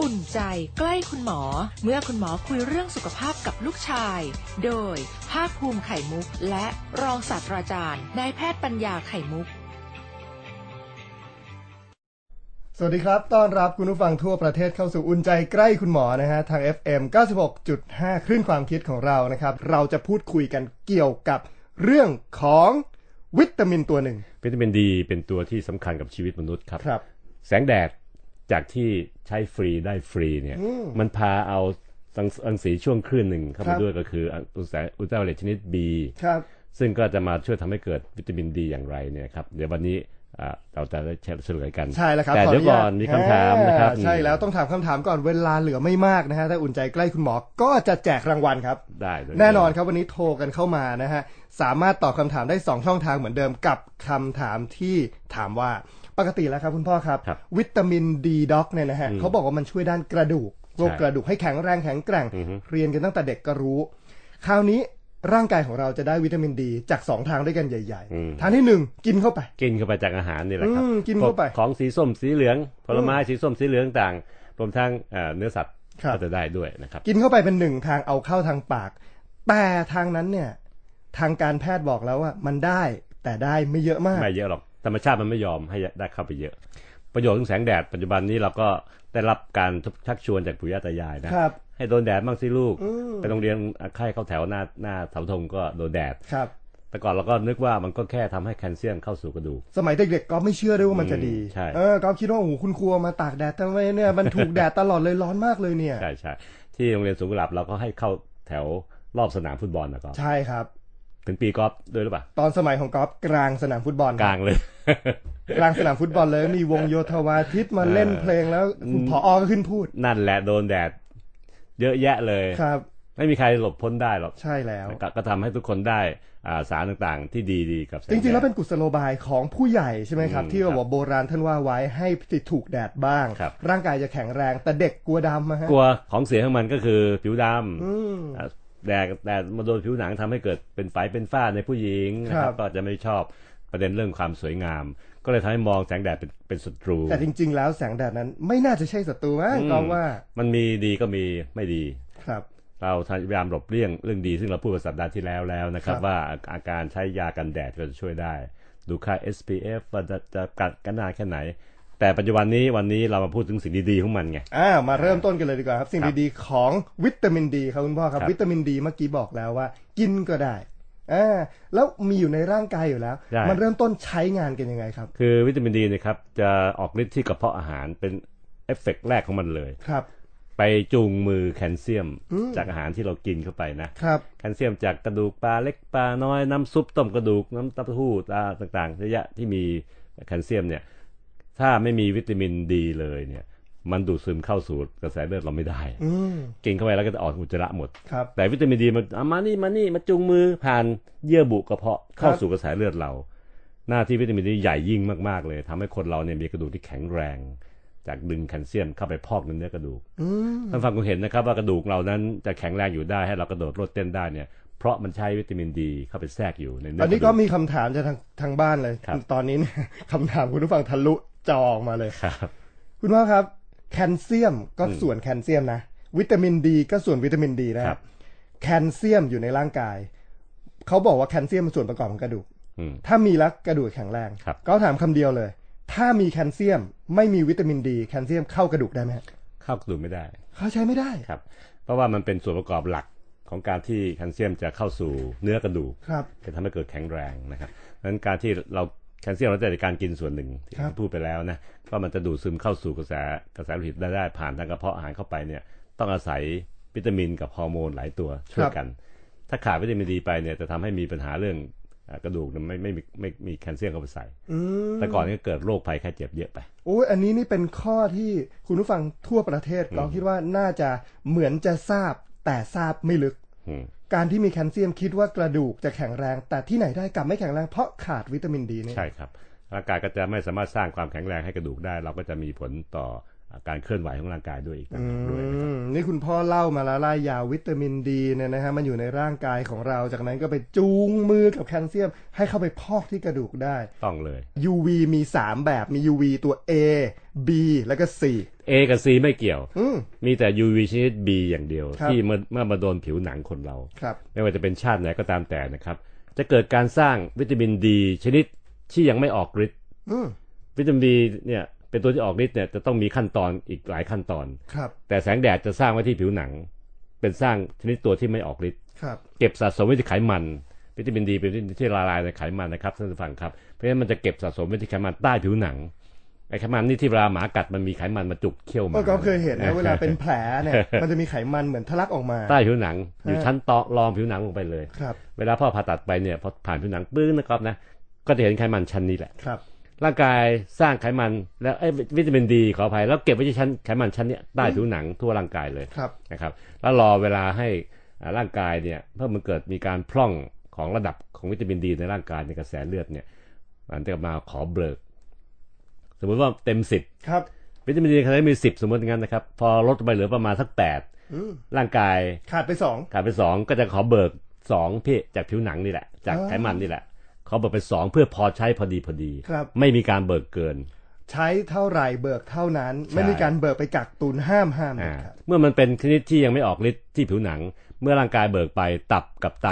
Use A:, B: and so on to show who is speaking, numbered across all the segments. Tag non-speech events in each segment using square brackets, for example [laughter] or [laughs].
A: อุ่นใจใกล้คุณหมอ เมื่อคุณหมอคุยเรื่องสุขภาพกับลูกชาย โดย ภาคภูมิไข่มุก และรองศาสตราจารย์นายแพทย์ปัญญาไข่มุก
B: สวัสดีครับ ต้อนรับคุณผู้ฟังทั่วประเทศเข้าสู่อุ่นใจใกล้คุณหมอนะฮะ ทาง FM 96.5 คลื่นความคิดของเรานะครับ เราจะพูดคุยกันเกี่ยวกับเรื่องของวิตามินตัวหนึ่ง
C: วิตามินดีเป็นตัวที่สำคัญกับชีวิตมนุษย์ครับ
B: ครับ
C: แสงแดดจากที่ใช้ฟรีได้ฟรีเนี่ยมันพาเอารังรังสีช่วงคลื่นหนึ่งเข้า
B: ครั
C: มา
B: บ
C: ด้วยก็คืออุลตราอุลตราไวโอเลตชนิด B
B: ครับ
C: ซึ่งก็จะมาช่วยทำให้เกิดวิตามินดีอย่างไรเนี่ยครับ เดี๋ยววันนี้อ่าเราจะได้เฉลยกัน
B: ใช่แล้วครับ
C: แต่
B: ข
C: เดี๋ยว
B: ญา
C: ก่
B: ต
C: อนมีคำถามนะครับ
B: อ่าใช่แล้วต้องถามคำถามก่อนเวลาเหลือไม่มากนะฮะถ้าอุ่นใจใกล้คุณหมอก็จะแจกรางวัลครับ
C: ได้เลย
B: แน่นอนครับวันนี้โทรกันเข้ามานะฮะ สามารถตอบคำถามได้ 2 ช่องทางเหมือนเดิมกับคำถามที่ถามว่าปกติแล้วครับคุณพ่อครับ
C: ครับ
B: วิตามินดีด็อกเนี่ยนะฮะเขาบอกว่ามันช่วยด้านกระดูกโรคกระดูกให้แข็งแรงแข็งแกร่ง
C: อือฮึ
B: เรียนกันตั้งแต่เด็กก็รู้ คราวนี้ร่างกายของเราจะได้วิตามินดีจาก 2 ทางด้วยกันใหญ่ๆทางที่หนึ่งกินเข้าไป
C: กินเข้าไปจากอาหารนี่แหละครับ
B: อืมกินเข้าไป
C: พวของสีส้มสีเหลืองผลไม้สีส้มสีเหลืองต่างรวมทั้งเอ่อเนื้อสัตว์
B: ครับ
C: ก็จะได้ด้วยนะครับ
B: กินเข้าไปเป็นหนึ่งทางเอาเข้าทางปาก แต่ทางนั้นเนี่ยทางการแพทย์บอกแล้วว่ามันได้แต่ได้ไม่เยอะมาก
C: ไม่เยอะหรอกธรรมชาติมันไม่ยอมให้ได้เข้าไปเยอะ ประโยชน์ของแสงแดดปัจจุบันนี้เราก็ได้รับการชักชวนจากปู่ย่าตายายนะครับ ให้โดนแดดบ้างสิลูกไปโรงเรียนค่ายเข้าแถวหน้าหน้าเสาธงก็โดนแดด
B: ครับ
C: แต่ก่อนเราก็นึกว่ามันก็แค่ทำให้แคลเซียมเข้าสู่กระดูก
B: สมัยเด็กๆก็ไม่เชื่อด้วยว่ามันจะดี
C: อืมใช่
B: เออก็คิดว่าโอ้โหคุณครูเอามาตากแดดทำไมเนี่ยมันถูกแดดตลอดเลยร้อนมากเลยเนี่ย
C: ใช่ใช่ที่โรงเรียนสวนกุหลาบเราก็ให้เข้าแถวรอบสนามฟุตบอลนะก็
B: ใช่ครับ
C: ถึงปีกอล์ฟด้วยหรือเปล่า
B: ตอนสมัยของกอล์ฟกลางสนามฟุตบอล
C: กลางเลย
B: กลางสนามฟุตบอลเลยมีวงโยธวาทิตมาเล่นเพลงแล้วคุณผอก็ขึ้นพูด
C: นั่นแหละโดนแดด เยอะแยะเลย
B: ครับ
C: ไม่มีใครหลบพ้นได้หรอก
B: ใช่แล้ว
C: ก็ก็ทำให้ทุกคนได้อ่าสารต่างๆ ที่ดีๆกับส
B: จริงๆ แล้ว
C: ดด
B: เป็นกุศโลบายของผู้ใหญ่ใช่ไหมครับ
C: อืม
B: ที่แบบว่าโบราณท่านว่าไว้ให้ติดถูกแดดบ้าง
C: ครับ
B: ร่างกายจะแข็งแรงแต่เด็กกลัวดำนะฮะ
C: กลัวของเสียของมันก็คือผิวด
B: อืม
C: ำอ่าแดดแดดมาโดนผิวหนังทำให้เกิดเป็นไฝเป็นฝ้าในผู้หญิงนะค
B: ครั
C: รับ บก็จะไม่ชอบประเด็นเรื่องความสวยงาม ก็เลยทำให้มองแสงแดดเป็นเป็นศัตรู
B: แต่จริง ๆ แล้วแสงแดดนั้นไม่น่าจะใช่ศัตรูมั้ง
C: อืม
B: ก็ว่า
C: มันมีดีก็มีไม่ดี
B: ครับ
C: เราพยายามหลบเลี่ยงเรื่องดีซึ่งเราพูดไปสัปดาห์ที่แล้วแล้วนะครั
B: ค
C: บ
B: รับ
C: ว่าอาอาการใช้ยากันแดดก็จะช่วยได้ ดูค่า SPF ว่าจะจะกัดกันนานแค่ไหน แต่ปัจจุบันนี้วันนี้เรามาพูดถึงสิ่งดีๆของมันไง
B: อ่ามาเริ่มต้นกันเลยดีกว่าครับ สิ่ง
C: ครับ
B: ดีๆของวิตามินดีครับคุณพ่อครับ
C: ครับ
B: วิตามินดีเมื่อกี้บอกแล้วว่า กินก็ได้อ่าแล้วมีอยู่ในร่างกายอยู่แล้ว มันเริ่มต้นใช้งานกันยังไงครับ
C: คือวิตามินดีเนะครับจะออกฤทธิ์ที่กระเพาะอาหารเป็นเอฟเฟกต์แรกของมันเลย
B: ครับ
C: ไปจูงมือแคลเซียมจากอาหารที่เรากินเข้าไปนะครับ แคลเซียมจากกระดูกปลาเล็กปลาน้อยน้ำซุปต้มกระดูกน้ำเต้าหู้ตาต่างๆเยอะแยะที่มีแคลเซียมเนี่ยถ้าไม่มีวิตามินดีเลยเนี่ยมันดูดซึมเข้าสู่กระแสเลือดเราไม่ได้
B: อืม
C: กินเข้าไปแล้วก็จะออกอุจจาระหมด
B: ครับ
C: แต่วิตามินดีมันอ่ะมานี่มานี่มาจูงมือผ่านเยื่อบุกระเพาะเข้าสู่กระแสเลือดเรา หน้าที่วิตามินดีใหญ่ยิ่งมากๆเลยทำให้คนเราเนี่ยมีกระดูกที่แข็งแรง จากดึงแคลเซียมเข้าไปพอกในเนื้อกระดูก
B: อืม
C: ท่านฟังคงเห็นนะครับว่ากระดูกเรานั้นจะแข็งแรงอยู่ได้ให้เรากระโดดโลดเต้นได้เนี่ยเพราะมันใช้วิตามินดีเข้าไปแทรกอยู่ในเนื้
B: ตอน
C: อ
B: นี้ก็มีคำถามจากทางทางบ้านเลย
C: ครับ
B: ตอนนี้เนี่ย [laughs] คำถามคุณผู้ฟังทะลุจอออกมาเลย
C: ครับ
B: คุณพ่อครับ แคลเซียมก็ส่วนแคลเซียมนะ วิตามินดีก็ส่วนวิตามินดีนะค
C: ค
B: รั
C: รั
B: บบ แคลเซียมอยู่ในร่างกายเขาบอกว่าแคลเซียมเป็นส่วนประกอบของกระดูก
C: อืม
B: ถ้ามีแล้วกระดูกแข็งแรง
C: ครับ
B: ก็ถามคำเดียวเลย ถ้ามีแคลเซียมไม่มีวิตามินดี แคลเซียมเข้ากระดูกได้ไหมฮะ
C: เข้ากระดูกไม่ได้
B: เข้าใช้ไม่ได้
C: ครับ เพราะว่ามันเป็นส่วนประกอบหลักของการที่แคลเซียมจะเข้าสู่เนื้อกระดูก
B: ครับ
C: จะทำให้เกิดแข็งแรงนะครับเพราะฉะนั้นการที่เราแคลเซียมเราได้จากการกินส่วนหนึ่งที่
B: ครับ
C: พูดไปแล้วนะ ก็มันจะดูดซึมเข้าสู่กระแสกระแสโลหิตได้ได้ผ่านทางกระเพาะอาหารเข้าไปเนี่ย ต้องอาศัยวิตามินกับฮอร์โมนหลายตัวช่วยกัน ถ้าขาดวิตามินดีไปเนี่ยจะทำให้มีปัญหาเรื่องเอ่อกระดูกเนี่ยไม่ไม่มีไม่มีแคลเซียมเข้าไปใส่
B: อืม
C: แต่ก่อนก็เกิดโรคภัยแค่เจ็บเยอะไป
B: โอ้ยอันนี้นี่เป็นข้อที่คุณผู้ฟังทั่วประเทศเราคิดว่าน่าจะเหมือนจะทราบแต่ทราบไม่ลึก
C: อืม
B: การที่มีแคลเซียมคิดว่ากระดูกจะแข็งแรง แต่ที่ไหนได้กลับไม่แข็งแรงเพราะขาดวิตามินดีเนี่ย
C: ใช่ครับร่างกายก็จะไม่สามารถสร้างความแข็งแรงให้กระดูกได้ เราก็จะมีผลต่อการเคลื่อนไหวของร่างกายด้วยอีกต่างหากด้วยนะครับ
B: อืมนี่คุณพ่อเล่ามาแล้วล่ายยาวิตามินดีเนี่ยนะฮะมันอยู่ในร่างกายของเราจากนั้นก็ไปจูงมือกับแคลเซียม ให้เข้าไปพอกที่กระดูกได้
C: ต้องเลย
B: UV มี 3 แบบมี UV ตัว A B แล้วก็ C
C: A กับ C ไม่เกี่ยว
B: อืม
C: มีแต่ UV ชนิด B อย่างเดียว
B: ครับ
C: ที่มันเมื่อมาโดนผิวหนังคนเรา
B: ครับ
C: ไม่ว่าจะเป็นชาติไหนก็ตามแต่นะครับ จะเกิดการสร้างวิตามินดีชนิดที่ยังไม่ออกฤทธิ์
B: อืม
C: วิตามินดีเนี่ยเป็นตัวที่ออกฤทธิ์เนี่ยจะต้องมีขั้นตอนอีกหลายขั้นตอน
B: ครับ
C: แต่แสงแดดจะสร้างไว้ที่ผิวหนัง เป็นสร้างชนิดตัวที่ไม่ออกฤทธิ์
B: ครับ
C: เก็บสะสมไว้ที่ไขมัน วิตามินดีเป็นวิตามินที่ละลายในไขมันนะครับท่านผู้ฟังครับเพราะฉะนั้นมันจะเก็บสะสมไว้ที่ไขมันใต้ผิวหนังไอไขมันนี่ที่เวลาหมากัดมันมีไขมันมาจุกเขี้ยวหมา
B: ก็เคยเห็นนะเวลาเป็นแผลเนี่ย มันจะมีไขมันเหมือนทะลักออกมา
C: ใต้ผิวหนัง อยู่ชั้นตอรองผิวหนังลงไปเลย
B: ครับ
C: เวลาพ่อผ่าตัดไปเนี่ยพอผ่านผิวหนังปึ้งนะครับนะก็จะเห็นไขมันชั้นนี้แหละ
B: ครับ
C: ร่างกายสร้างไขมันแล้วเอ้ยวิตามินดีขออภัยแล้วเก็บไว้ที่ชั้นไขมันชั้นเนี้ยใต้ผิวหนังทั่วร่างกายเลย
B: ครับ
C: นะครับแล้วรอเวลาให้อ่าร่างกายเนี่ยเพื่อมันเกิดมีการพร่องของระดับของวิตามินดีในร่างกายในกระแสเลือดเนี่ยมันจะมาขอเบิก สมมติว่าเต็มสิบ
B: ครับ
C: วิตามินดีขนาดมีสิบสมมติงั้นนะครับพอลดไปเหลือประมาณสักแปด
B: อืม
C: ร่างกาย
B: ขาดไปสอง
C: ขาดไปสองก็จะขอเบิกสองพี่จากผิวหนังนี่แหละ จาก
B: อ๋อ
C: ไขมันนี่แหละขอเบิกไปสองเพื่อพอใช้พอดีพอดี
B: ครับ
C: ไม่มีการเบิกเกิน
B: ใช้เท่าไหร่เบิกเท่านั้น ไม่
C: ใช่
B: มีการเบิกไปกักตุนห้ามห้าม
C: อ่า
B: เด็ดขาด
C: เมื่อมันเป็นชนิดที่ยังไม่ออกฤทธิ์ที่ผิวหนัง เมื่อร่างกายเบิกไปตับกับไต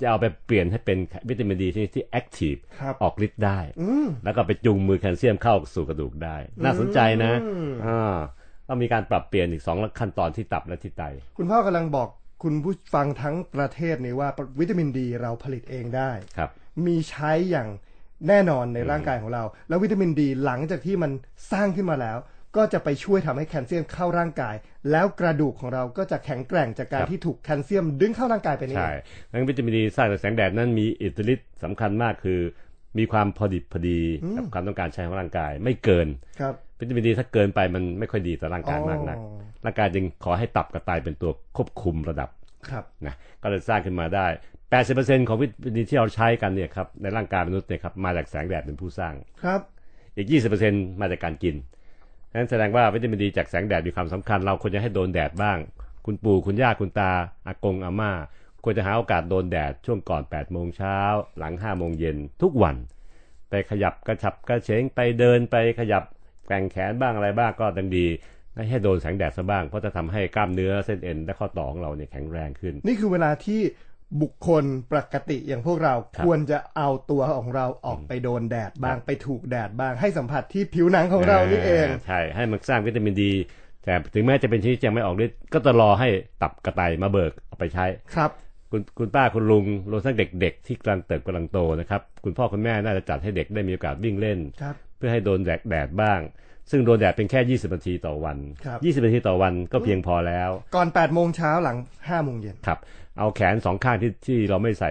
C: จะเอาไปเปลี่ยนให้เป็นวิตามินดีชนิดที่แอคทีฟ
B: ครับ
C: ออกฤทธิ์ได้
B: อืม
C: แล้วก็ไปจูงมือแคลเซียมเข้าสู่กระดูกได้ น่าสนใจนะ
B: อืม
C: อ่าต้องมีการปรับเปลี่ยนอีกสองขั้นตอนที่ตับและที่ไต
B: คุณพ่อกำลังบอกคุณผู้ฟังทั้งประเทศนี้ว่าวิตามินดีเราผลิตเองได้
C: ครับ
B: มีใช้อย่างแน่นอนในร่างกายของเรา แล้ววิตามินดีหลังจากที่มันสร้างขึ้นมาแล้ว ก็จะไปช่วยทำให้แคลเซียมเข้าร่างกาย แล้วกระดูกของเราก็จะแข็งแกร่งจากการ
C: ครับ
B: ที่ถูกแคลเซียมดึงเข้าร่างกายไปนี่
C: ใช่ทั้งวิตามินดีสร้างจากแสงแดดนั้นมีอิทธิฤทธิ์สำคัญมากคือ มีความพอดิบพอดีกับความต้องการใช้ของร่างกาย ไม่เกิน
B: ครับ
C: วิตามินดีถ้าเกินไปมันไม่ค่อยดีต่อร่างกายมากนัก
B: อ๋อ
C: ร่างกายจึงขอให้ตับกับไตเป็นตัวควบคุมระดับ
B: ครับ
C: นะก็เลยสร้างขึ้นมาได้ 80%ของวิตามินดีที่เราใช้กันเนี่ยครับในร่างกายมนุษย์เนี่ยครับมาจากแสงแดดเป็นผู้สร้าง
B: ครับ
C: อีก 20%มาจากการกินฉะนั้นแสดงว่าวิตามินดีจากแสงแดดมีความสำคัญ เราควรจะให้โดนแดดบ้าง คุณปู่คุณย่าคุณตาอากงอาม่า ควรจะหาโอกาสโดนแดดช่วงก่อน 8 โมงเช้า หลัง 5 โมงเย็นทุกวัน ไปขยับกระชับกระเฉงไปเดินไปขยับแกว่งแขนบ้างอะไรบ้างก็ดังดี ให้โดนแสงแดดซะบ้าง เพราะจะทำให้กล้ามเนื้อเส้นเอ็นและข้อต่อของเราเนี่ยแข็งแรงขึ้น
B: นี่คือเวลาที่บุคคลปกติอย่างพวกเรา
C: ครับ
B: ควรจะเอาตัวของเราออกไปโดนแดดบ้าง
C: ครับ
B: ไปถูกแดดบ้างให้สัมผัสที่ผิวหนังของเรานี่เอง
C: ใช่ ให้มันสร้างวิตามินดี แต่ถึงแม้จะเป็นชนิดที่ยังไม่ออกฤทธิ์ก็จะรอให้ตับกระไตมาเบิกเอาไปใช้
B: ครับ
C: คุณคุณป้าคุณลุงรวมทั้งเด็กๆ ที่กำลังเติบกำลังโตนะครับ คุณพ่อคุณแม่น่าจะจัดให้เด็กได้มีโอกาสวิ่งเล่น
B: ครับ
C: เพื่อให้โดนแดดแดดบ้าง ซึ่งโดนแดดเป็นแค่ 20 นาทีต่อวัน
B: ครับ
C: 20 นาทีต่อวันก็เพียงพอแล้ว
B: ก่อน8โมงเช้าหลัง5โมงเย็น
C: ครับ เอาแขนสองข้างที่ที่เราไม่ใส่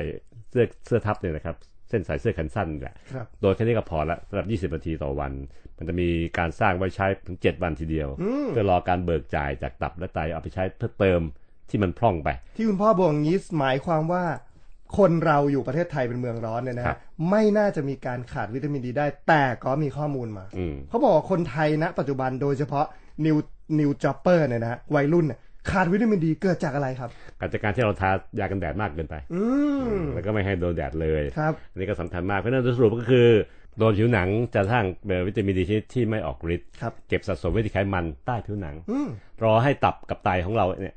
C: เสื้อเสื้อทับเนี่ยนะครับ เส้นสายเสื้อแขนสั้นแหละ
B: ครับ
C: โดยแค่นี้ก็พอละสำหรับ 20 นาทีต่อวัน มันจะมีการสร้างไว้ใช้ถึง 7 วันทีเดียว เพื่อรอการเบิกจ่ายจากตับและไตเอาไปใช้เพื่อเติมที่มันพร่องไป
B: ที่คุณพ่อบอกอย่างนี้หมายความว่า คนเราอยู่ประเทศไทยเป็นเมืองร้อนเนี่ยนะ
C: ครั
B: ฮะ
C: บ
B: ไม่น่าจะมีการขาดวิตามินดีได้ แต่ก็มีข้อมูลมา
C: อืม
B: เขาบอกว่าคนไทยณปัจจุบันโดยเฉพาะนิวนิวจ็อปเปอร์เนี่ยนะฮะวัยรุ่นเนี่ยขาดวิตามินดีเกิดจากอะไรครับ
C: การจากการที่เราทายากันแดดมากเกินไป
B: อืม
C: แล้วก็ไม่ให้โดนแดดเลย
B: ครับ
C: อันนี้ก็สำคัญมาก เพราะฉะนั้นโดยสรุปก็คือโดนผิวหนังจะสร้างเอ่อวิตามินดีชนิดที่ไม่ออกฤทธิ์
B: ครับ
C: เก็บสะสมไว้ที่ไขมันใต้ผิวหนัง
B: อืม
C: รอให้ตับกับไตของเราเนี่ย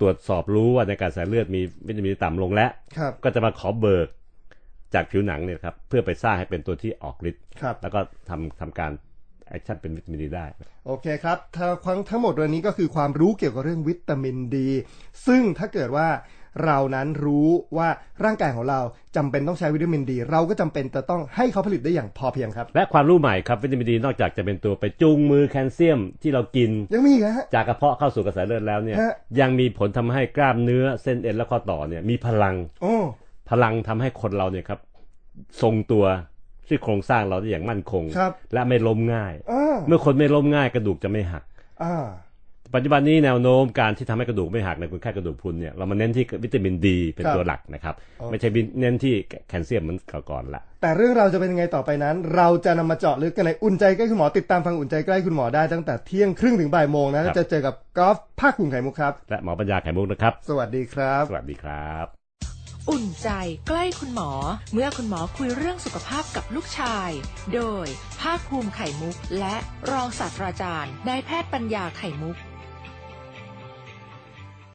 C: ตรวจสอบรู้ว่าในกระแสเลือดมีวิตามินต่ำลงแล้ว
B: ครับ
C: ก็จะมาขอเบิกจากผิวหนังเนี่ยครับเพื่อไปสร้างให้เป็นตัวที่ออกฤทธิ์
B: ครับ
C: แล้วก็ทำทำการแอคชั่นเป็นวิตามินดีได้
B: โอเคครับทั้งทั้งหมดวันนี้ก็คือความรู้เกี่ยวกับเรื่องวิตามินดี ซึ่งถ้าเกิดว่าเรานั้นรู้ว่าร่างกายของเราจำเป็นต้องใช้วิตามินดี เราก็จำเป็นจะต้องให้เขาผลิตได้อย่างพอเพียงครับ
C: และความรู้ใหม่ครับวิตามินดีนอกจากจะเป็นตัวไปจูงมือแคลเซียมที่เรากิน
B: ยังมีอีกนะฮะ
C: จากกระเพาะเข้าสู่กระแสเลือดแล้วเนี่ย
B: ฮะ
C: ยังมีผลทำให้กล้ามเนื้อเส้นเอ็นและข้อต่อเนี่ยมีพลัง
B: โอ้
C: พลังทำให้คนเราเนี่ยครับทรงตัวที่โครงสร้างเราได้อย่างมั่นคง
B: ครับ
C: และไม่ล้มง่าย
B: อ่า
C: เมื่อคนไม่ล้มง่ายกระดูกจะไม่หัก
B: อ่า
C: ปัจจุบันนี้แนวโน้มการที่ทำให้กระดูกไม่หักในคนไข้กระดูกพรุนเนี่ยเรามาเน้นที่วิตามินดีเป็นตัวหลักนะครับ ไม่ใช่เน้นที่แคลเซียมเหมือนก่อนๆละ
B: แต่เรื่องเราวจะเป็นยังไงต่อไปนั้น เราจะนำมาเจาะลึกกันในอุ่นใจใกล้คุณหมอติดตามฟังอุ่นใจใกล้คุณหมอได้ตั้งแต่เที่ยงครึ่งถึงบ่ายโมงนะ
C: ครั
B: แล้ว
C: บ
B: จะเจอกับกอล์ฟภาคภูมิไข่มุกครับ
C: และหมอปัญญาไข่มุกนะครับ
B: สวัสดีครับ
C: สวัสดีครับ
A: อุ่นใจใกล้คุณหมอ เมื่อคุณหมอคุยเรื่องสุขภาพกับลูกชาย โดยภาคภูมิไข่มุก และรองศาสตราจารย์นายแพทย์ปัญญาไข่มุก